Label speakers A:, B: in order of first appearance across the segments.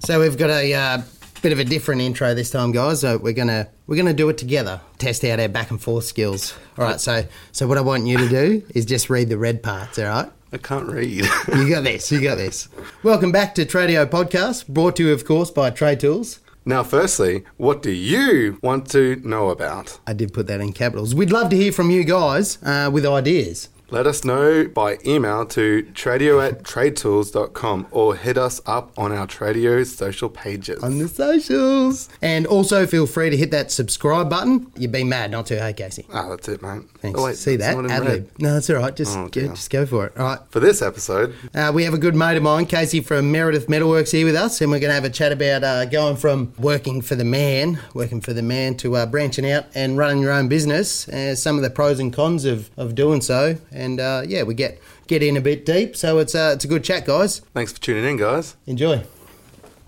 A: So we've got a uh, bit of a different intro this time, guys. So we're gonna we're gonna do it together. Test out our back and forth skills. All right. So so what I want you to do is just read the red parts. All right.
B: I can't read.
A: You got this. You got this. Welcome back to Tradio Podcast, brought to you, of course, by Trade Tools.
B: now, firstly, what do you want to know about?
A: I did put that in capitals. We'd love to hear from you guys uh, with ideas.
B: Let us know by email to tradio at tradetools.com or hit us up on our Tradio social pages.
A: on the socials. And also feel free to hit that subscribe button. You'd be mad not to, hey Casey.
B: Ah, that's it, mate.
A: Thanks.
B: Oh, wait,
A: See
B: it's
A: that?
B: not in
A: Ad
B: red.
A: lib. No, that's all right. Just,
B: Oh,
A: go,
B: dear.
A: just go for it. All right.
B: For this episode,
A: Uh, we have a good mate of mine, Casey from Meredith Metalworks, here with us, and we're going to have a chat about uh, going from working for the man, working for the man, to uh, branching out and running your own business, uh, some of the pros and cons of, of doing so. And uh, yeah, we get get in a bit deep. So it's, uh, it's a good chat, guys.
B: thanks for tuning in, guys.
A: Enjoy.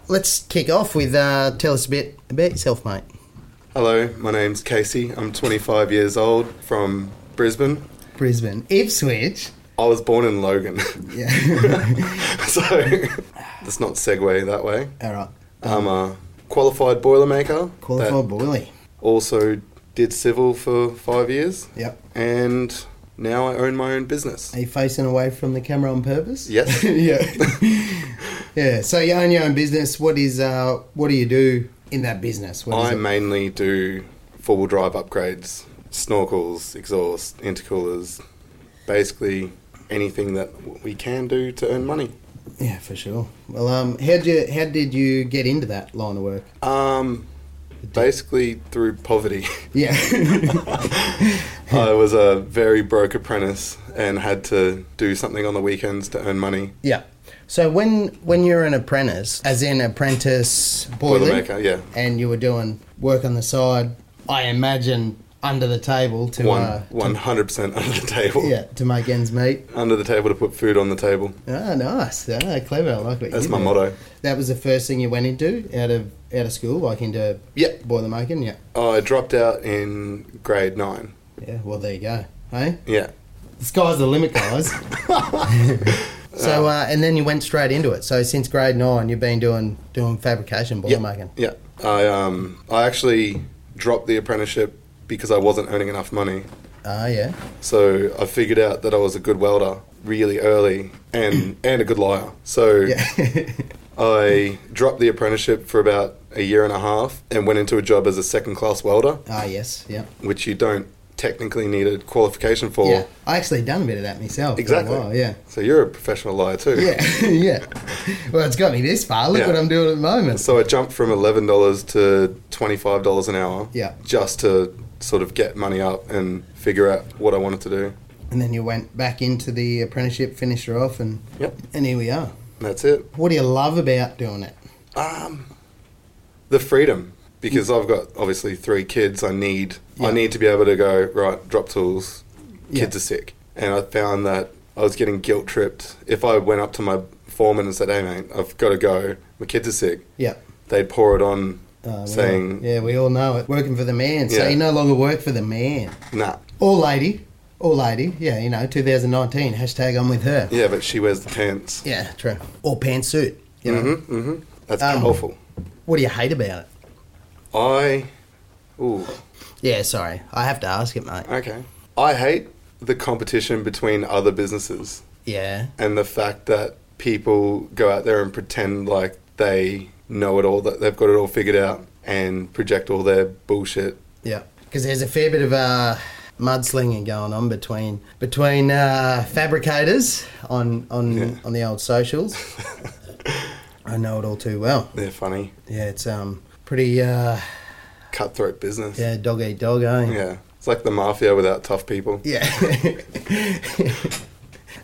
A: Let's kick off with uh, tell us a bit about yourself, mate.
B: Hello, my name's Casey. I'm 25 years old from Brisbane.
A: Brisbane. Ipswich.
B: I was born in Logan,
A: Yeah.
B: so let's not segue that way.
A: All right.
B: I'm a qualified boilermaker.
A: Qualified
B: that
A: boilie.
B: also did civil for five years.
A: Yep.
B: And now I own my own business.
A: Are you facing away from the camera on purpose?
B: Yes.
A: yeah. yeah. So you own your own business. What is uh? What do you do in that business? What is
B: I
A: it?
B: mainly do four wheel drive upgrades, snorkels, exhaust, intercoolers, basically anything that w- we can do to earn money.
A: Yeah, for sure. Well, um, how did you how did you get into that line of work?
B: Um, basically through poverty.
A: Yeah.
B: I was a very broke apprentice and had to do something on the weekends to earn money.
A: yeah. So when when you're an apprentice, as in apprentice boiler,
B: Boilermaker, yeah.
A: and you were doing work on the side, I imagine under the table to uh,
B: One, 100% under the table.
A: yeah to make ends meet.
B: Under the table to put food on the table.
A: Ah, nice. Ah, clever. I like what
B: That's
A: you
B: my
A: did.
B: motto.
A: That was the first thing you went into out of out of school, like into
B: Yep.
A: boilermaking. Yeah,
B: I Oh, dropped out in grade nine.
A: yeah. Well, there you go. Hey,
B: Yeah.
A: the sky's the limit, guys. so, uh, and then you went straight into it. So, since grade nine, you've been doing doing fabrication, boilermaking.
B: Yeah. I um I actually dropped the apprenticeship because I wasn't earning enough money.
A: Ah, yeah.
B: So I figured out that I was a good welder really early and and a good liar. So
A: Yeah.
B: I dropped the apprenticeship for about a year and a half and went into a job as a second class welder,
A: ah, yes. Yeah.
B: which you don't technically need a qualification for.
A: Yeah. I actually done a bit of that myself. for a
B: Exactly.
A: while, yeah.
B: So you're a professional liar too.
A: Yeah. yeah. Well, it's got me this far. Look
B: Yeah.
A: what I'm doing at the moment.
B: So I jumped from eleven dollars to twenty five dollars an hour.
A: Yeah.
B: Just to sort of get money up and figure out what I wanted to do.
A: And then you went back into the apprenticeship, finished her off, and
B: Yep.
A: and here we are.
B: That's it.
A: What do you love about doing it?
B: Um, the freedom because I've got obviously three kids. I need
A: Yeah.
B: I need to be able to go right. Drop tools.
A: Yeah.
B: Kids are sick, and I found that I was getting guilt tripped. If I went up to my foreman and said, "Hey, mate, I've got to go. My kids are sick,"
A: Yeah.
B: they'd pour it on,
A: Uh, we
B: saying,
A: all- yeah, we all know it. Working for the man, so
B: Yeah.
A: you no longer work for the man
B: "Nah,
A: or lady, or lady. Yeah, you know, 2019 hashtag I'm with her. Yeah,
B: yeah, but she wears the pants."
A: true. Or pantsuit. You know,
B: Mm-hmm, mm-hmm. That's
A: Um,
B: powerful.
A: what do you hate about it?
B: I, ooh,
A: Yeah, sorry, I have to ask it, mate.
B: okay. I hate the competition between other businesses
A: Yeah,
B: and the fact that people go out there and pretend like they know it all, that they've got it all figured out, and project all their bullshit.
A: yeah. Because there's a fair bit of uh, mudslinging going on between between uh, fabricators on on
B: Yeah.
A: on the old socials. I know it all too well.
B: They're funny,
A: Yeah, it's um pretty uh,
B: cutthroat business.
A: yeah dog eat dog, eh?
B: Yeah. It's like the mafia without tough people.
A: Yeah.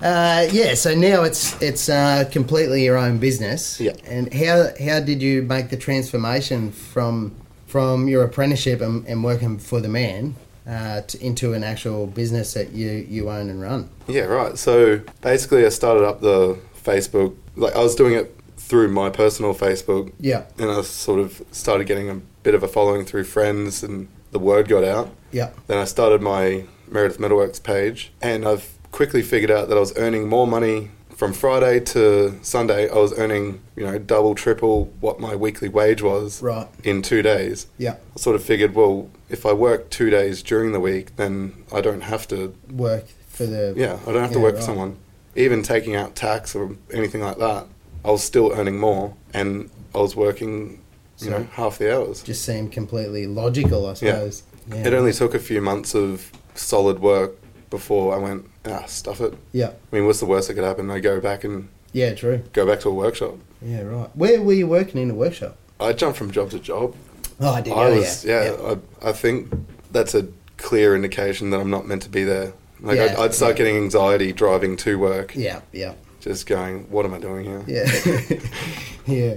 A: uh, yeah. So now it's it's uh, completely your own business.
B: Yeah.
A: And how how did you make the transformation from from your apprenticeship and, and working for the man uh, to, into an actual business that you you own and run?
B: Yeah, right. So basically, I started up the Facebook, like, I was doing it through my personal Facebook,
A: Yeah.
B: and I sort of started getting a bit of a following through friends, and the word got out.
A: Yeah.
B: Then I started my Meredith Metalworks page, and I've quickly figured out that I was earning more money from Friday to Sunday, I was earning, you know, double, triple what my weekly wage was
A: Right.
B: in two days.
A: Yeah.
B: I sort of figured, well, if I work two days during the week, then I don't have to,
A: Work for the.
B: yeah, I don't have to
A: Yeah,
B: work
A: right.
B: for someone. Even taking out tax or anything like that, I was still earning more and I was working,
A: So-
B: you know, half the hours.
A: Just seemed completely logical, I suppose. Yeah.
B: It only took a few months of solid work before I went, ah, stuff it.
A: Yeah.
B: I mean, what's the worst that could happen? I go back and
A: Yeah, true.
B: go back to a workshop.
A: Yeah, right. Where were you working in the workshop?
B: I jumped from job to job.
A: Oh, I did.
B: I
A: oh,
B: was, yeah, I, I think that's a clear indication that I'm not meant to be there. Like, I'd,
A: Yeah,
B: I'd start
A: yeah.
B: getting anxiety driving to work,
A: Yeah, yeah,
B: just going, what am I doing here?
A: yeah. Yeah. yeah.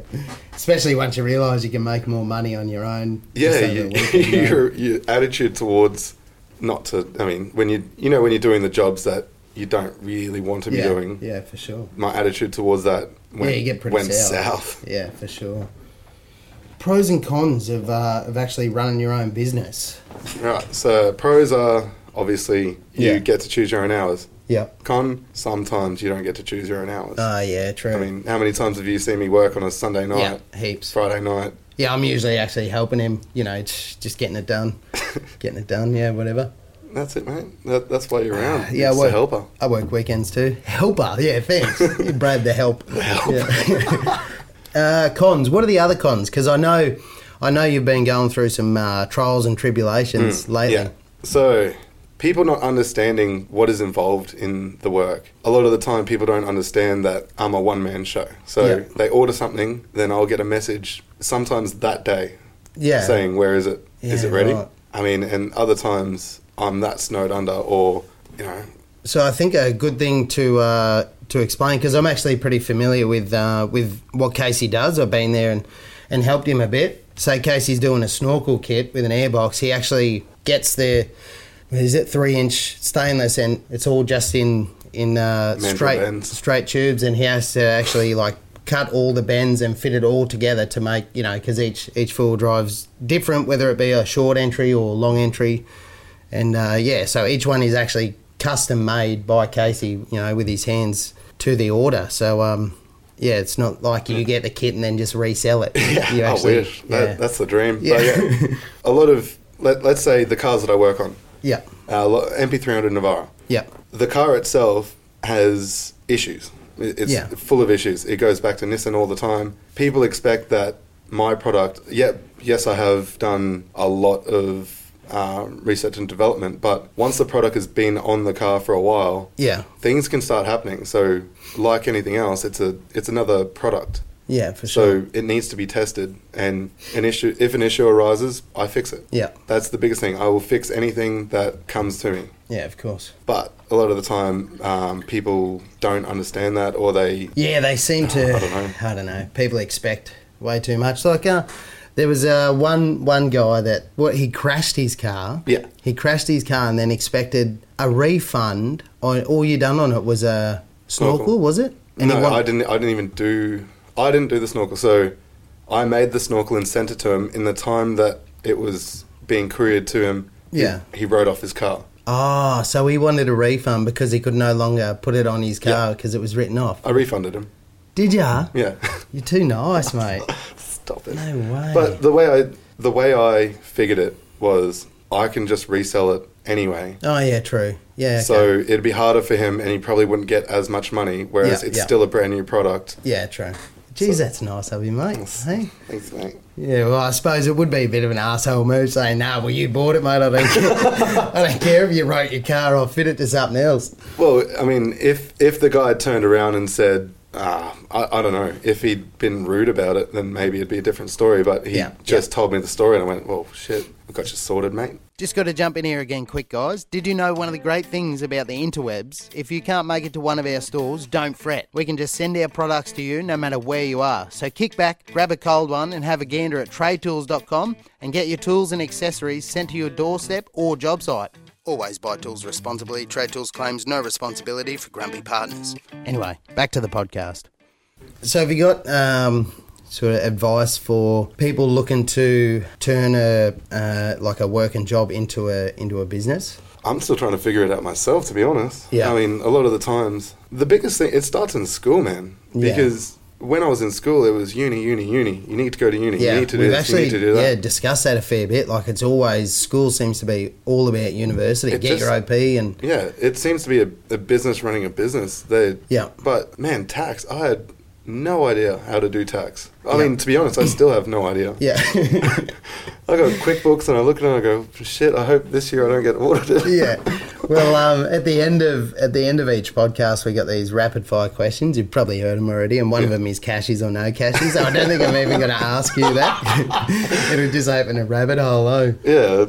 A: Especially once you realise you can make more money on your own. just
B: Yeah,
A: over the
B: you,
A: weekend, uh, right?
B: your, your attitude towards not to, I mean, when you, you know, when you're doing the jobs that you don't really want to be
A: yeah,
B: doing,
A: Yeah, for sure.
B: my attitude towards that went,
A: yeah, you get pretty
B: went
A: sour.
B: south.
A: Yeah, for sure. Pros and cons of uh, of actually running your own business.
B: Right, so pros are obviously you
A: Yeah.
B: get to choose your own hours.
A: Yep.
B: Con, sometimes you don't get to choose your own hours.
A: Oh, yeah, true.
B: I mean, how many times have you seen me work on a Sunday night,
A: yeah, heaps.
B: Friday night?
A: Yeah, I'm usually actually helping him. You know, it's just getting it done, getting it done. Yeah, whatever.
B: That's it, mate. That, that's why you're around.
A: Uh, Yeah,
B: it's
A: well-
B: the helper.
A: I work weekends too. Helper, yeah, thanks. you brave the help. Yeah. uh, cons. What are the other cons? Because I know, I know you've been going through some uh, trials and tribulations lately.
B: Hmm. Yeah. So, people not understanding what is involved in the work. A lot of the time, people don't understand that I'm a one man show. So,
A: Yeah.
B: they order something, then I'll get a message sometimes that day
A: Yeah.
B: saying, Where is it? Is
A: Yeah,
B: it ready?
A: right.
B: I mean, and other times I'm that snowed under or, you know,
A: So I think a good thing to uh, to explain because I'm actually pretty familiar with uh, with what Casey does. I've been there and, and helped him a bit. So Casey's doing a snorkel kit with an airbox. He actually gets the is it three inch stainless and it's all just in in uh,
B: Mandrel
A: straight
B: bends.
A: straight tubes and he has to actually like cut all the bends and fit it all together to make you know because each each four wheel drive's different whether it be a short entry or long entry and uh, yeah so each one is actually custom made by casey you know with his hands to the order so um yeah it's not like you get the kit and then just resell it
B: Yeah,
A: you
B: I wish.
A: yeah.
B: That, that's the dream. But
A: Yeah.
B: yeah, a lot of, let, let's say, the cars that I work on,
A: yeah
B: uh, lo- MP300 Navara.
A: yeah
B: The car itself has issues. It- It's
A: Yeah.
B: full of issues. It goes back to Nissan all the time. People expect that my product, yeah, yes, I have done a lot of uh, research and development, but once the product has been on the car for a while,
A: yeah
B: things can start happening. So, like anything else, it's a it's another product.
A: yeah for sure
B: So it needs to be tested, and an issue. If an issue arises, I fix it.
A: Yeah.
B: that's the biggest thing. I will fix anything that comes to me.
A: yeah of course
B: But a lot of the time, um, people don't understand that, or they
A: Yeah, they seem to. I
B: I
A: don't
B: don't
A: know.
B: know.
A: People expect way too much. Like, uh, there was uh, one one guy that what he crashed his car.
B: Yeah.
A: He crashed his car and then expected a refund. On all you done on it was a snorkel,
B: Snorkel.
A: was it? And he
B: no.
A: want-
B: I didn't. I didn't even do. I didn't do the snorkel. So I made the snorkel and sent it to him in the time that it was being couriered to him. he-
A: Yeah.
B: he rode off his car.
A: Oh, so he wanted a refund because he could no longer put it on his car
B: Yeah.
A: because it was written off.
B: I refunded him.
A: Did ya?
B: Yeah.
A: You're too nice, mate.
B: Stop it.
A: No way.
B: But the way I the way I figured it was I can just resell it anyway.
A: oh yeah, true. Yeah. okay.
B: So it'd be harder for him, and he probably wouldn't get as much money. Whereas
A: Yeah,
B: it's
A: yeah.
B: still a brand new product.
A: yeah, true. Geez, that's nice of you, mate. Hey.
B: Thanks, mate.
A: Yeah, well, I suppose it would be a bit of an asshole move saying, "Nah, well, you bought it, mate. I don't, care. I don't care if you wrote your car or fit it to something else."
B: Well, I mean, if if the guy had turned around and said, ah, I, I don't know, if he'd been rude about it, then maybe it'd be a different story. But he
A: Yeah,
B: just told me the story, and I went, well, shit, I got you sorted, mate.
A: Just got to jump in here again, quick, guys. Did you know one of the great things about the interwebs? If you can't make it to one of our stores, don't fret. We can just send our products to you no matter where you are. So kick back, grab a cold one, and have a gander at tradetools.com and get your tools and accessories sent to your doorstep or job site. Always buy tools responsibly. Trade Tools claims no responsibility for grumpy partners. Anyway, back to the podcast. So have you got um, sort of advice for people looking to turn a uh, like a work and job into a into a business?
B: I'm still trying to figure it out myself, to be honest.
A: Yeah.
B: I mean, a lot of the times, the biggest thing, it starts in school, man.
A: Yeah.
B: Because when I was in school, it was uni, uni, uni. You need to go to uni.
A: Yeah,
B: You need to do
A: we've
B: this.
A: actually
B: you need to do
A: yeah
B: that.
A: discussed that a fair bit. Like it's always school seems to be all about university.
B: It
A: Get
B: just-
A: your OP and
B: Yeah. It seems to be a, a business running a business. They,
A: Yeah.
B: But, man, tax, I had no idea how to do tax. I
A: Yeah.
B: mean, to be honest, I still have no idea.
A: yeah,
B: I got QuickBooks and I look at it and I go, shit, I hope this year I don't get audited.
A: yeah. Well, um, at the end of at the end of each podcast, we got these rapid fire questions. You've probably heard them already, and one of them is cashies or no cashies. So I don't think I'm even going to ask you that. It'll just open a rabbit hole. Oh,
B: yeah.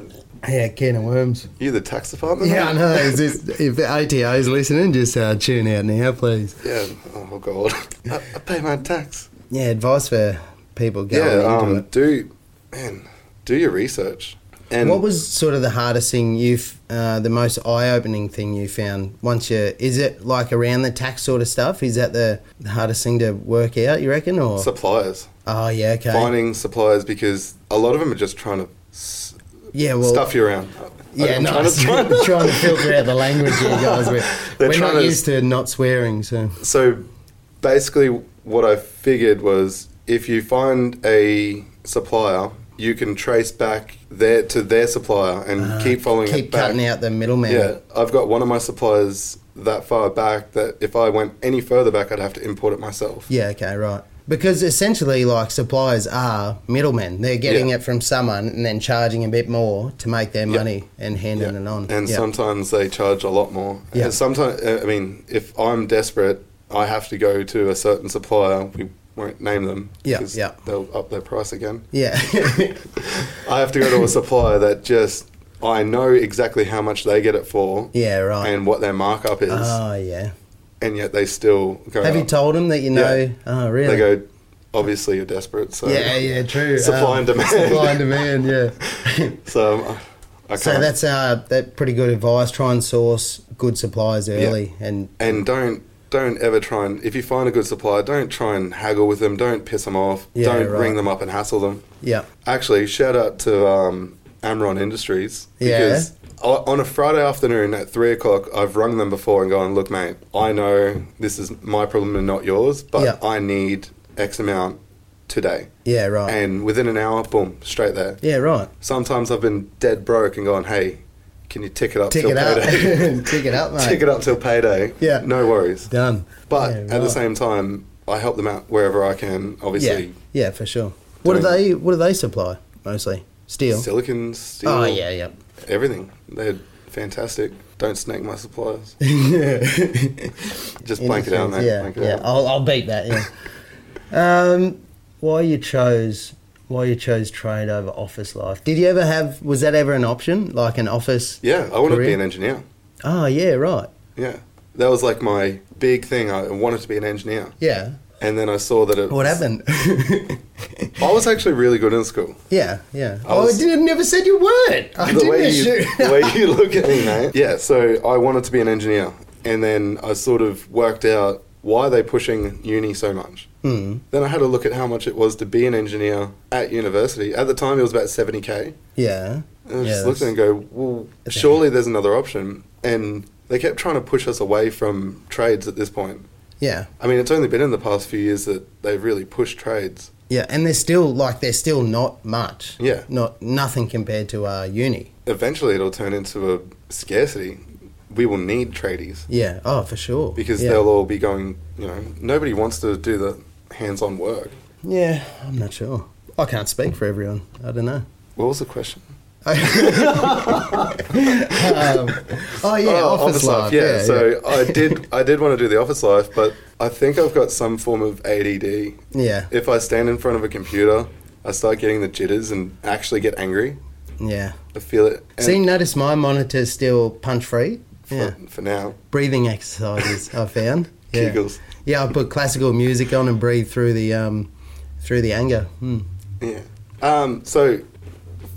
A: yeah, can of worms.
B: You the tax department?
A: Yeah, I know. Is this, if ATO is listening, just uh, tune out now, please.
B: Yeah. Oh god. I, I pay my tax.
A: Yeah, advice for people going into
B: Yeah. Um.
A: it.
B: Do, man. Do your research. And
A: What was sort of the hardest thing you've, uh, the most eye-opening thing you found once you? Is it like around the tax sort of stuff? Is that the, the hardest thing to work out? You reckon, or
B: suppliers?
A: oh yeah, okay,
B: Finding suppliers because a lot of them are just trying to s-
A: yeah, well,
B: stuff you around.
A: yeah,
B: I'm trying to-
A: nice.
B: trying to-
A: trying to filter out the language you guys. We're,
B: They're
A: we're
B: trying
A: not
B: to-
A: used to not swearing, so
B: So basically, what I figured was if you find a supplier, you can trace back their to their supplier and keep following
A: Ah, keep
B: it back.
A: cutting out the middleman.
B: Yeah, I've got one of my suppliers that far back that if I went any further back, I'd have to import it myself.
A: Yeah, okay, right. Because essentially, like suppliers are middlemen. They're getting
B: Yeah.
A: it from someone and then charging a bit more to make their
B: Yeah.
A: money and handing it on.
B: And
A: Yeah.
B: sometimes they charge a lot more.
A: Yeah.
B: And sometimes, I mean, if I'm desperate, I have to go to a certain supplier. We won't name them.
A: Yeah,
B: 'cause
A: yeah.
B: They'll up their price again.
A: yeah.
B: I have to go to a supplier that just I know exactly how much they get it for
A: Yeah, right.
B: and what their markup is,
A: oh, yeah.
B: and yet they still go.
A: Have you
B: up.
A: told them that you know?
B: uh, Yeah.
A: Oh, really?
B: They go. Obviously, you're desperate. So
A: yeah, yeah, true. Um,
B: Supply and demand.
A: Supply and demand, yeah.
B: So um, I can't.
A: so that's uh, that pretty good advice. Try and source good suppliers early, and
B: and don't don't ever try and if you find a good supplier, don't try and haggle with them. Don't piss them off.
A: Yeah,
B: don't
A: right.
B: ring them up and hassle them.
A: yeah,
B: Actually, shout out to um, Amron Industries
A: Yeah.
B: because o- on a Friday afternoon at three o'clock, I've rung them before and gone, "Look, mate, I know this is my problem and not yours, but
A: Yeah.
B: I need X amount today."
A: yeah, right,
B: And within an hour, boom, straight there.
A: yeah, right.
B: Sometimes I've been dead broke and gone, "Hey, can you tick it up
A: Tick
B: till
A: it up,
B: payday?"
A: tick it up, mate.
B: tick it up till payday.
A: Yeah.
B: no worries.
A: Done.
B: But
A: Yeah,
B: at the
A: right.
B: same time, I help them out wherever I can. Obviously,
A: Yeah, yeah, for sure. What do
B: doing-
A: they What do they supply mostly? Steel.
B: silicon, steel,
A: Oh yeah, yeah.
B: everything. They're fantastic. Don't snake my suppliers. Just blank it out, mate.
A: Yeah,
B: blank it
A: yeah.
B: out.
A: I'll, I'll beat that. Yeah. um, why you chose Why you chose trade over office life? Did you ever have? Was that ever an option? Like an office?
B: Yeah, I want to be
A: Career?
B: an engineer.
A: Oh yeah, right.
B: Yeah, that was like my big thing. I wanted to be an engineer,
A: Yeah.
B: and then I saw that it.
A: What happened?
B: I was actually really good in school.
A: yeah, yeah.
B: I
A: oh, I
B: was-
A: didn't, never said you weren't. I
B: the
A: didn't
B: way you,
A: assume.
B: the way you look at me, mate. Yeah, so I wanted to be an engineer, and then I sort of worked out why are they pushing uni so much.
A: Hmm,
B: Mm. Then I had a look at how much it was to be an engineer at university. At the time, it was about seventy k.
A: yeah.
B: And I
A: yeah,
B: just looked at it
A: that's-
B: and go, well,
A: That's a-
B: surely there's another option. And they kept trying to push us away from trades at this point.
A: yeah.
B: I mean, it's only been in the past few years that they've really pushed trades.
A: Yeah, and they're still like they're still not much.
B: Yeah.
A: not nothing compared to our uni.
B: Eventually, it'll turn into a scarcity. We will need tradies.
A: Yeah, oh for sure.
B: because
A: yeah.
B: they'll all be going. You know, nobody wants to do the hands-on work.
A: Yeah, I'm not sure. I can't speak for everyone. I don't know.
B: What was the question?
A: Um, Oh yeah, office, life.
B: Yeah, so I did. I did want to do the office life, but I think I've got some form of ADD.
A: yeah, yeah,
B: If I stand in front of a computer, I start getting the jitters and actually get angry.
A: yeah.
B: I feel it. And
A: See, notice my monitor's still punch free.
B: for,
A: Yeah,
B: for now,
A: breathing exercises I found. Yeah.
B: Kegels.
A: Yeah, I put classical music on and breathe through the um, through the anger. Hmm.
B: yeah. Um. So,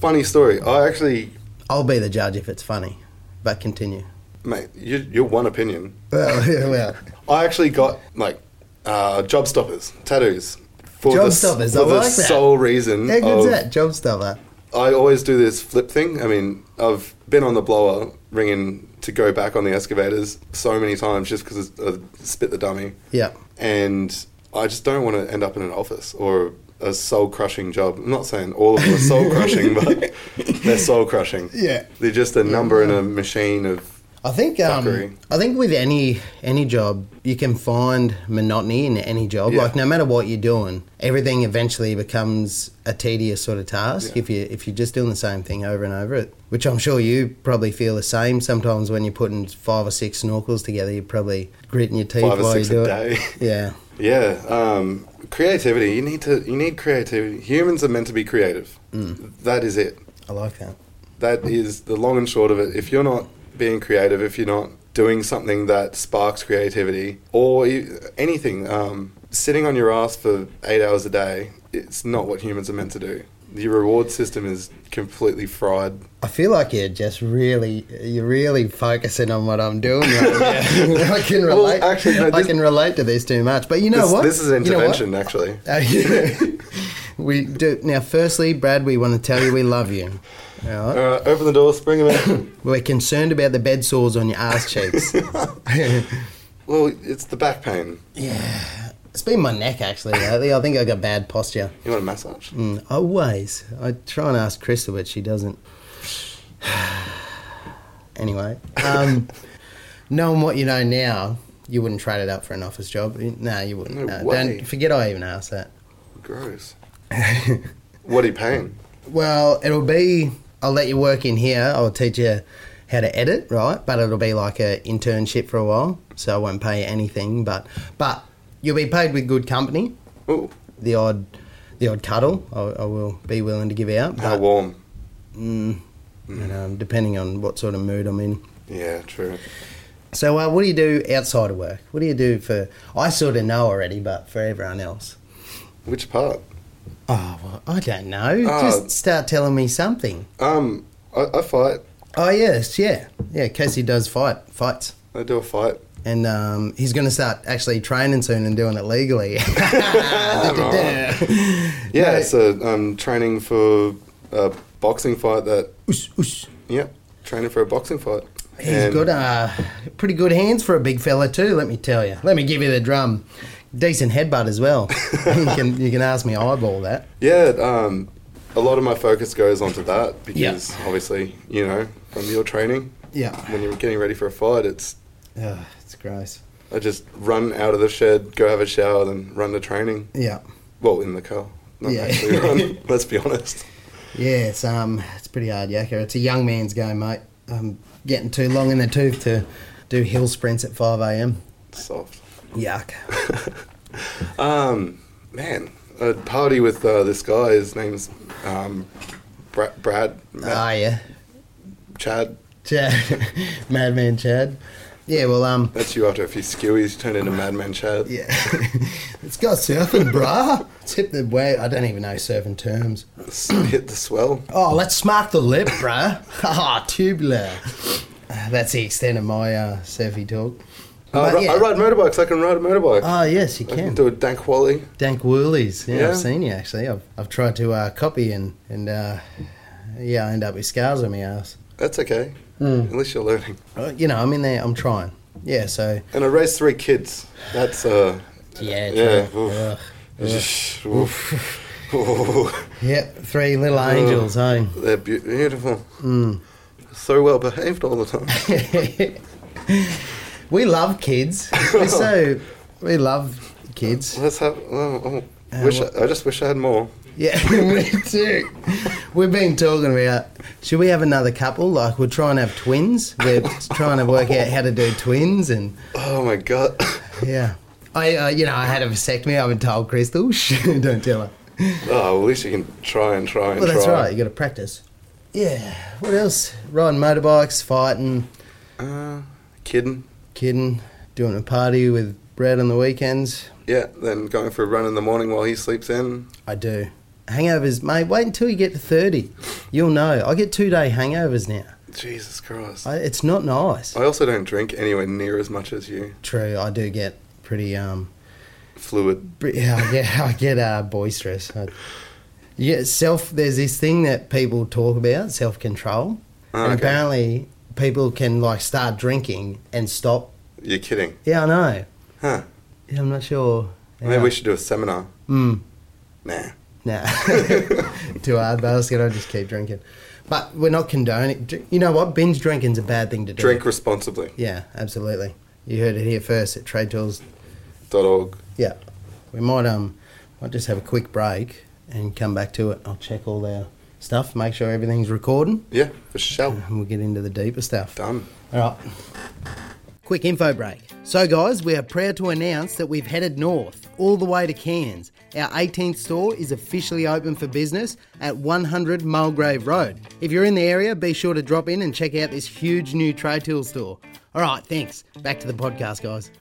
B: funny story. I actually,
A: I'll be the judge if it's funny, but continue.
B: mate, you, you're one opinion.
A: Well, yeah, well.
B: I actually got like uh, job stoppers, tattoos. For
A: Job
B: s-
A: stoppers, I
B: for the
A: like that.
B: sole reason.
A: How good's
B: of-
A: that? Job stopper.
B: I always do this flip thing. I mean, I've been on the blower ringing to go back on the excavators so many times just because it's uh, spit the dummy.
A: Yeah.
B: And I just don't want to end up in an office or a soul crushing job. I'm not saying all of them are soul crushing, but they're soul crushing.
A: Yeah.
B: They're just a number in a machine of.
A: I think um,
B: Fuckery.
A: I think with any any job you can find monotony in any job.
B: Yeah.
A: Like no matter what you're doing, everything eventually becomes a tedious sort of task
B: Yeah.
A: if you if you're just doing the same thing over and over. It which I'm sure you probably feel the same sometimes when you're putting five or six snorkels together. You're probably gritting your teeth
B: Five or
A: while you
B: six
A: do
B: a
A: it.
B: day.
A: Yeah,
B: Yeah, um, creativity. You need to. You need creativity. Humans are meant to be creative.
A: Mm.
B: That is it.
A: I like that.
B: That is the long and short of it. If you're not being creative, if you're not doing something that sparks creativity or you- anything, um, sitting on your ass for eight hours a day, it's not what humans are meant to do. Your reward system is completely fried.
A: I feel like you're just really you're really focusing on what I'm doing. Right now. I can
B: Well,
A: relate.
B: actually, no,
A: I
B: this-
A: can relate to this too much. But you know
B: this,
A: what?
B: this is
A: You know what?
B: intervention, actually.
A: we do now. Firstly, Brad, we want to tell you we love you. All right?
B: All right, Uh, open the door, spring them out.
A: We're concerned about the bed sores on your ass cheeks.
B: well, it's the back pain.
A: yeah, it's been my neck actually lately. I think I got bad posture.
B: You want a massage?
A: Mm, Always, I try and ask Krista, but she doesn't. anyway, um, knowing what you know now, you wouldn't trade it up for an office job. No, you wouldn't.
B: No
A: No,
B: way.
A: don't forget I even asked that.
B: Gross. what are you paying?
A: Well, it'll be. I'll let you work in here. I'll teach you how to edit, right? But it'll be like a internship for a while, so I won't pay you anything. But but you'll be paid with good company.
B: Ooh,
A: The odd the odd cuddle, I, I will be willing to give out.
B: how
A: But,
B: warm.
A: mm, you know, depending on what sort of mood I'm in.
B: Yeah, true.
A: So, uh, what do you do outside of work? What do you do for? I sort of know already, but for everyone else,
B: Which part?
A: oh, well, I don't know. Uh,
B: Oh.
A: Just start telling me something.
B: Um, I, I fight.
A: Oh yes, yeah, yeah. Casey does fight fights,
B: I do a fight.
A: and um, he's going to start actually training soon and doing it legally.
B: Yeah,
A: No.
B: so I'm training for a boxing fight that,
A: Oos, oos.
B: yeah, training for a boxing fight.
A: He's got uh, pretty good hands for a big fella too. Let me tell you. Let me give you the drum. Decent headbutt as well. you can you can ask me eyeball that.
B: Yeah, um, a lot of my focus goes onto that because obviously, you know, from your training,
A: Yeah,
B: when you're getting ready for a fight, it's
A: Ugh, it's gross.
B: I just run out of the shed, go have a shower, then run to training.
A: Yeah,
B: Well, in the car. Not
A: Yeah.
B: actually run, let's be honest.
A: yeah. It's um, it's pretty hard yakka. It's a young man's game, mate. I'm getting too long in the tooth to do hill sprints at five a.m.
B: Soft.
A: Yuck.
B: Um, man, a party with uh, this guy. His name's um, Brad, Brad Matt,
A: Ah, yeah.
B: Chad.
A: Chad, Madman Chad. Yeah, well, um,
B: That's you after a few skewies. You turned into Madman Chad.
A: yeah, it's got surfing, bruh. It's hit the way. I don't even know surfing terms.
B: S- Hit the swell.
A: Oh, let's smack the lip, bruh. Ah, tubular. Uh, That's the extent of my uh, surfy talk.
B: Uh, I,
A: But
B: ri-
A: yeah.
B: I ride motorbikes. I can ride a motorbike.
A: Oh yes, you
B: I can
A: can.
B: do a dank wally.
A: Dank Woolies. Yeah, I've
B: Yeah.
A: seen you actually. I've, I've tried to uh, copy and and uh, yeah, I end up with scars on my ass.
B: That's okay.
A: Hmm.
B: At least you're learning.
A: Uh, You know, I'm in there. I'm trying. Yeah, so
B: And I raised three kids. That's uh,
A: yeah,
B: Yeah,
A: true.
B: oof.
A: Ugh.
B: Oof. Oof.
A: Yep, three little angels, eh?
B: they're beau- beautiful.
A: Hmm.
B: So well behaved all the time.
A: we love kids. We're so we love kids.
B: Let's have.
A: Uh,
B: Oh, oh, wish I, I just wish I had more.
A: Yeah, me too. We've been talking about should we have another couple? Like we're trying to have twins. We're trying to work out how to do twins, and
B: Oh my god.
A: yeah, I uh, you know I had a vasectomy. I've been told Crystal, shh, don't tell her.
B: Oh, at least you can try and try and
A: Well,
B: try.
A: that's right. You got to practice. Yeah. What else? Riding motorbikes, fighting,
B: Uh, kidding.
A: kidding, doing a party with Brad on the weekends.
B: Yeah, then going for a run in the morning while he sleeps in.
A: I do. Hangovers, mate. Wait until you get to thirty. You'll know. I get two day hangovers now.
B: Jesus Christ. I,
A: I, it's not nice.
B: also don't drink anywhere near as much as you.
A: True, I do get pretty um.
B: Fluid.
A: pre- Yeah, I get I get uh, boisterous. I, you get self. There's this thing that people talk about self control,
B: Oh,
A: and
B: okay.
A: apparently people can like start drinking and stop.
B: You're kidding.
A: Yeah, I know.
B: Huh.
A: Yeah, I'm not sure. Yeah.
B: Maybe we should do a seminar.
A: Mm.
B: Nah.
A: Nah, too hard. But I was gonna just keep drinking. But we're not condoning. dr- You know what? Binge drinking's a bad thing to do.
B: Drink responsibly.
A: Yeah, absolutely. You heard it here first at Trade Tools.
B: Dot org.
A: Yeah, we might um might just have a quick break and come back to it. I'll check all our stuff, make sure everything's recording,
B: Yeah, for sure.
A: and we'll get into the deeper stuff.
B: Done.
A: All right. Quick info break. So, guys, we are proud to announce that we've headed north, all the way to Cairns. Our 18th store is officially open for business at 100 Mulgrave Road. If you're in the area, be sure to drop in and check out this huge new trade tool store. All right, thanks. Back to the podcast, guys.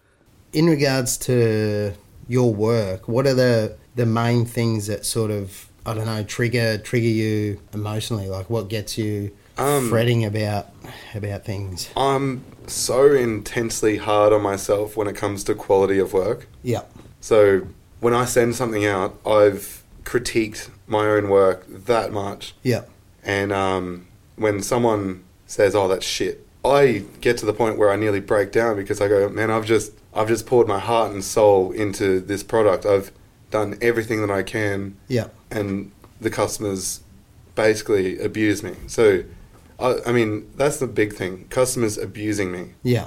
A: In regards to your work, what are the the main things that sort of I don't know trigger trigger you emotionally? Like, what gets you fretting about about things?
B: I'm so intensely hard on myself when it comes to quality of work.
A: Yeah.
B: So when I send something out, I've critiqued my own work that much.
A: Yeah.
B: And um, when someone says, "Oh, that's shit," I get to the point where I nearly break down because I go, "Man, I've just I've just poured my heart and soul into this product. I've done everything that I can,
A: Yeah.
B: and the customers basically abuse me." So, I, I mean, that's the big thing: customers abusing me
A: Yeah.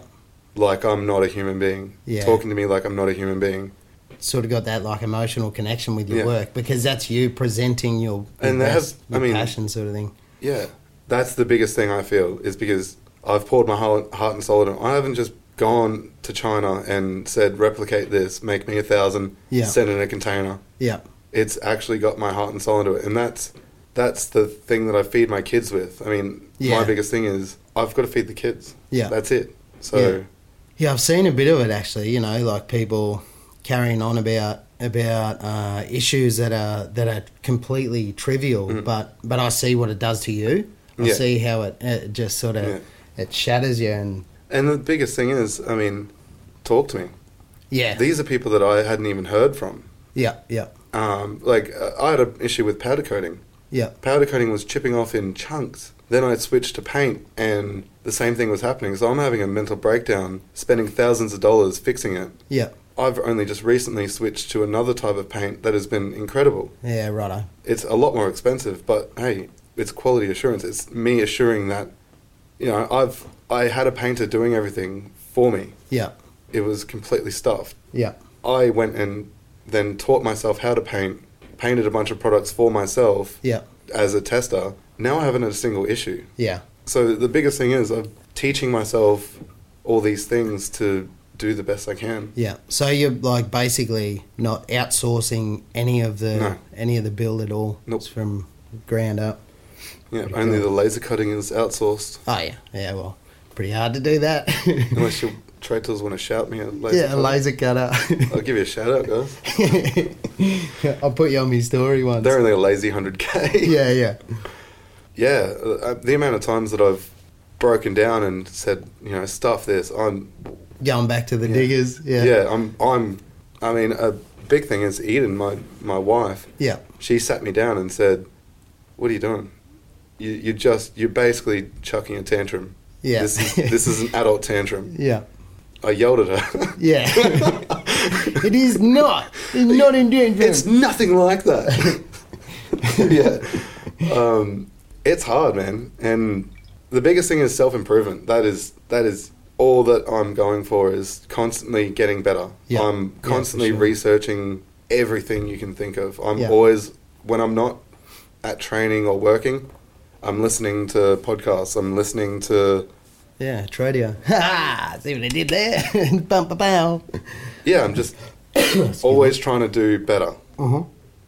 B: like I'm not a human being,
A: Yeah.
B: talking to me like I'm not a human being.
A: Sort of got that like emotional connection with your
B: Yeah.
A: work because that's you presenting your, your
B: And they have-
A: best,
B: I
A: your
B: mean-
A: passion sort of thing.
B: Yeah, that's the biggest thing I feel is because I've poured my whole heart and soul into it. I haven't just gone to China and said, replicate this, make me a thousand,
A: Yeah.
B: send in a container.
A: Yeah.
B: It's actually got my heart and soul into it, and that's that's the thing that I feed my kids with. I mean,
A: Yeah.
B: my biggest thing is I've got to feed the kids.
A: Yeah.
B: that's it. So
A: Yeah. Yeah, I've seen a bit of it actually. You know, like people carrying on about about uh, issues that are that are completely trivial, but but I see what it does to you. I
B: Mm. Yeah.
A: see how it, it just sort of
B: Yeah.
A: it shatters you and
B: and the biggest thing is, I mean, talk to me.
A: yeah
B: These are people that I hadn't even heard from.
A: yeah yeah
B: um, like uh, I had an issue with powder coating.
A: yeah
B: Powder coating was chipping off in chunks. Then I switched to paint, and the same thing was happening. So I'm having a mental breakdown, spending thousands of dollars fixing it.
A: yeah
B: I've only just recently switched to another type of paint that has been incredible.
A: yeah righto
B: It's a lot more expensive, but hey, it's quality assurance. It's me assuring that, you know, I've I had a painter doing everything for me.
A: yeah
B: It was completely stuffed.
A: yeah
B: I went and then taught myself how to paint, painted a bunch of products for myself
A: yeah
B: as a tester. Now I haven't had a single issue.
A: yeah
B: So the biggest thing is I'm teaching myself all these things to do the best I can.
A: Yeah. So you're like basically not outsourcing any of the
B: No.
A: any of the build at all.
B: Nope.
A: It's from ground up.
B: Yeah,
A: Pretty
B: only
A: cool.
B: the laser cutting is outsourced.
A: Oh yeah. Yeah, well. Pretty hard to do that.
B: Unless your trade tools want to shout me a laser.
A: yeah, a
B: cutter.
A: laser cutter.
B: I'll give you a shout out, guys.
A: I'll put you on my story once.
B: They're only a lazy 100k.
A: yeah, yeah.
B: yeah, uh, the amount of times that I've broken down and said, you know, stuff this, I'm
A: Going back to the diggers. Yeah.
B: yeah i'm i'm i mean a big thing is eden my my wife
A: Yeah.
B: she sat me down and said what are you doing you you just you're basically chucking a tantrum
A: Yeah.
B: this is this is an adult tantrum
A: Yeah.
B: i yelled at her
A: Yeah. it is not. It's not in danger.
B: it's nothing like that yeah um it's hard man and the biggest thing is self-improvement that is that is all that i'm going for is constantly getting better
A: Yeah.
B: i'm
A: Yeah, for
B: constantly
A: sure.
B: researching everything you can think of i'm
A: Yeah.
B: always when i'm not at training or working i'm listening to podcasts i'm listening to
A: Yeah, Tradio. Ha! See what I did there? Bum, ba, bow.
B: yeah i'm just always trying to do better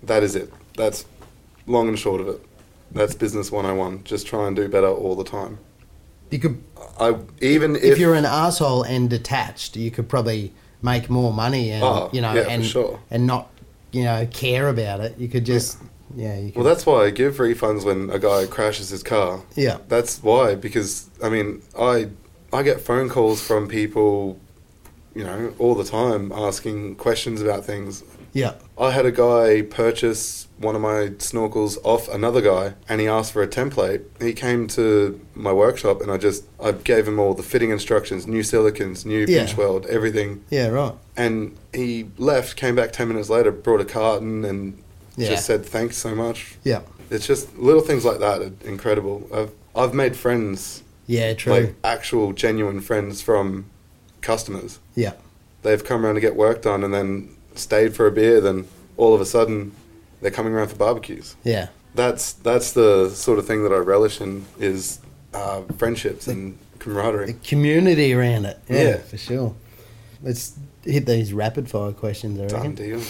B: that is it that's long and short of it that's business 101 just try and do better all the time
A: You could
B: I even if,
A: if, you're an asshole and detached, you could probably make more money and
B: Oh,
A: you know
B: yeah, for
A: and
B: sure.
A: and not you know care about it. You could just yeah. you could,
B: well, that's why I give refunds when a guy crashes his car.
A: Yeah.
B: that's why because I mean I I get phone calls from people, you know, all the time asking questions about things.
A: Yeah.
B: I had a guy purchase one of my snorkels off another guy and he asked for a template. He came to my workshop and I just I gave him all the fitting instructions, new silicons, new
A: Yeah.
B: pinch weld, everything.
A: Yeah, right.
B: And he left, came back 10 minutes later, brought a carton and
A: Yeah.
B: just said thanks so much.
A: Yeah.
B: It's just little things like that are incredible. I've I've made friends,
A: Yeah, true.
B: like actual genuine friends from customers
A: yeah.
B: they've come around to get work done and then stayed for a beer, then all of a sudden they're coming around for barbecues.
A: Yeah.
B: That's that's the sort of thing that I relish in is uh, friendships and
A: The
B: camaraderie.
A: community around it. Yeah,
B: Yeah.
A: for sure. Let's hit these rapid fire questions, I reckon.
B: Done deal.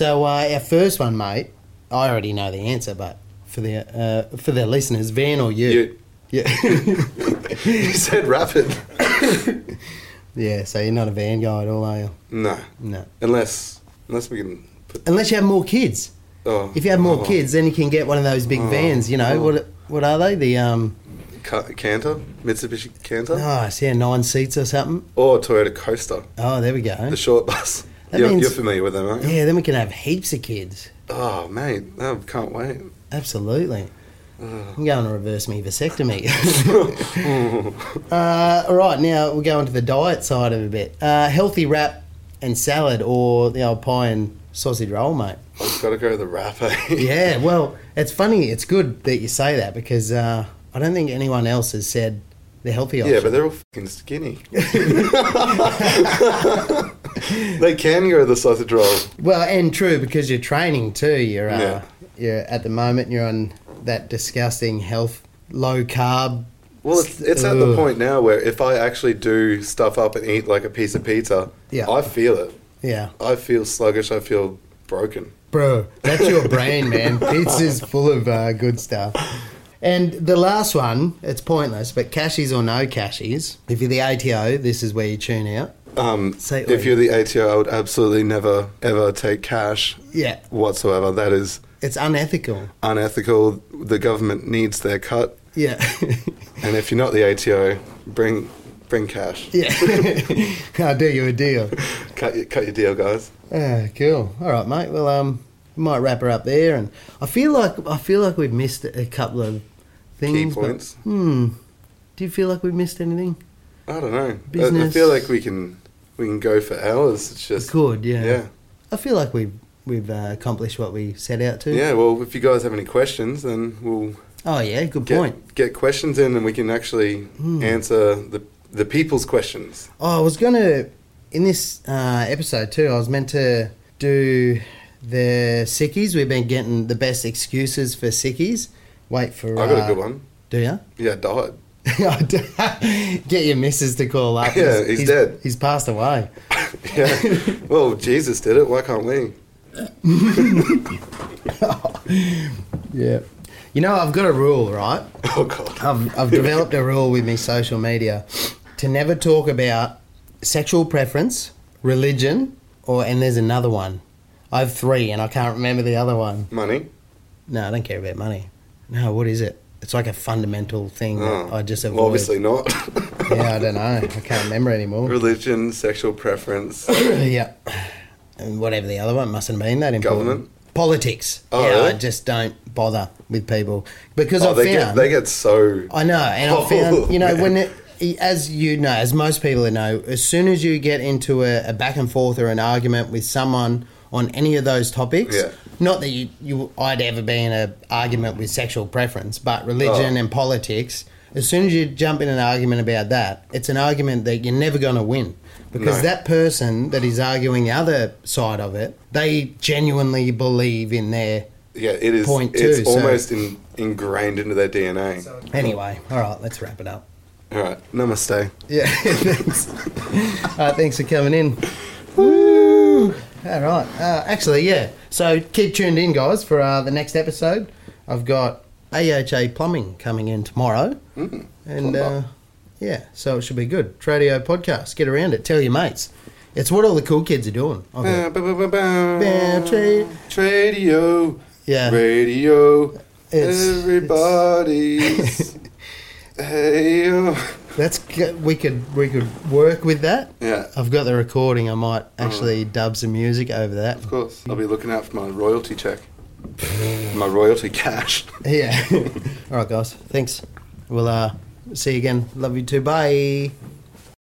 A: So uh, our first one, mate. I already know the answer, but for the uh, for their listeners, Van or you?
B: You,
A: Yeah,
B: you said rapid.
A: yeah. So you're not a Van guy at all, are you?
B: No,
A: No.
B: unless unless we can. Put,
A: Unless you have more kids.
B: oh,
A: If you have more
B: oh,
A: kids, then you can get one of those big
B: Oh,
A: vans. You know
B: oh.
A: what? What are they? The um, oh,
B: Ca- Canter, Mitsubishi Canter,
A: nice, yeah, nine seats or something.
B: or Toyota Coaster,
A: Oh, there we go.
B: the short bus.
A: That
B: You're,
A: means-
B: you're familiar with them, aren't you?
A: Yeah, then we can have heaps of kids.
B: Oh, mate, I can't wait.
A: Absolutely.
B: Oh.
A: I'm going to reverse me vasectomy. uh, all right, now we'll go on to the diet side of it a bit. Uh, healthy wrap and salad or the old pie and sausage roll, mate.
B: I've got to go to the rap. eh?
A: Yeah, well, it's funny. It's good that you say that because uh, I don't think anyone else has said the healthy option.
B: Yeah, but they're all fucking skinny. they can go to the sausage roll.
A: Well, and true because you're training too. You're uh,
B: Yeah.
A: you're at the moment you're on that disgusting health low carb.
B: Well, it's, it's at the
A: Ugh.
B: point now where if I actually do stuff up and eat like a piece of pizza,
A: Yeah.
B: I feel it.
A: Yeah,
B: I feel sluggish. I feel broken.
A: bro, that's your brain, man. Pizza's full of uh, good stuff. And the last one, it's pointless, but cashies or no cashies. If you're the ATO, this is where you tune out.
B: Um,
A: Say it
B: if
A: like-
B: you're the ATO, I would absolutely never ever take cash
A: Yeah,
B: whatsoever. That is
A: it's unethical.
B: unethical. The government needs their cut,
A: Yeah,
B: and if you're not the ATO, bring bring cash.
A: yeah. I'll do you a deal.
B: Cut your, cut your deal, guys.
A: Ah, cool. All right, mate. Well, um, we might wrap her up there, and I feel like I feel like we've missed a couple of
B: Key
A: things. but-
B: points.
A: hmm. Do you feel like we've missed anything?
B: I don't know. I, I
A: Business.
B: feel like we can we can go for hours. It's
A: We
B: just
A: could, yeah.
B: yeah.
A: I feel like we've we've uh, accomplished what we set out to.
B: Yeah, Well, if you guys have any questions, then we'll
A: Oh yeah, good
B: get
A: point. Hmm.
B: get questions in, and we can actually answer the the people's questions.
A: Oh, I was gonna in this uh, episode too. I was meant to do the sickies. We've been getting the best excuses for sickies. Wait for
B: I got
A: uh,
B: a good one.
A: Do you?
B: Yeah, died.
A: Get your missus to call up.
B: Yeah, he's dead.
A: He's passed away.
B: Yeah. well, Jesus did it. Why can't we?
A: Yeah. You know, I've got a rule, right?
B: Oh God.
A: I've, I've developed a rule with me social media to never talk about sexual preference, religion, or, and there's another one. I have three and I can't remember the other one.
B: Money.
A: No, I don't care about money. No, what is it? It's like a fundamental thing that
B: Oh.
A: I just avoid.
B: Well, obviously not.
A: Yeah, I don't know. I can't remember anymore.
B: Religion, sexual preference.
A: yeah. And whatever the other one mustn't have been that important.
B: Government?
A: Politics.
B: Oh,
A: yeah, I
B: really?
A: just don't bother with people because
B: Oh,
A: I
B: they get
A: found
B: they get so.
A: I know, and I
B: Oh,
A: found you know
B: man.
A: when it, as you know, as most people know, as soon as you get into a, a back and forth or an argument with someone on any of those topics,
B: Yeah.
A: not that you, you I'd ever be in an argument with sexual preference, but religion
B: Oh.
A: and politics. As soon as you jump in an argument about that, it's an argument that you're never going to win because
B: No.
A: that person that is arguing the other side of it, they genuinely believe in their.
B: Yeah, it is.
A: Point
B: it's
A: two, so-
B: almost in, ingrained into their DNA.
A: Anyway, all right, let's wrap it up.
B: All right, namaste.
A: Yeah, thanks. uh, thanks for coming in. All right. Uh, actually, yeah. So keep tuned in, guys, for uh, the next episode. I've got AHA Plumbing coming in tomorrow. and uh, yeah, so it should be good. Tradio podcast. Get around it. Tell your mates. It's what all the cool kids are doing. I bet. Bam, trade-
B: Radio,
A: Yeah.
B: radio,
A: It's-
B: everybody's. Hey, yo.
A: That's g- we could we could work with that.
B: Yeah.
A: I've got the recording. I might actually dub some music over that.
B: Of course. I'll be looking out for my royalty check. my royalty cash.
A: Yeah. All right, guys. Thanks. We'll uh, see you again. Love you too. Bye.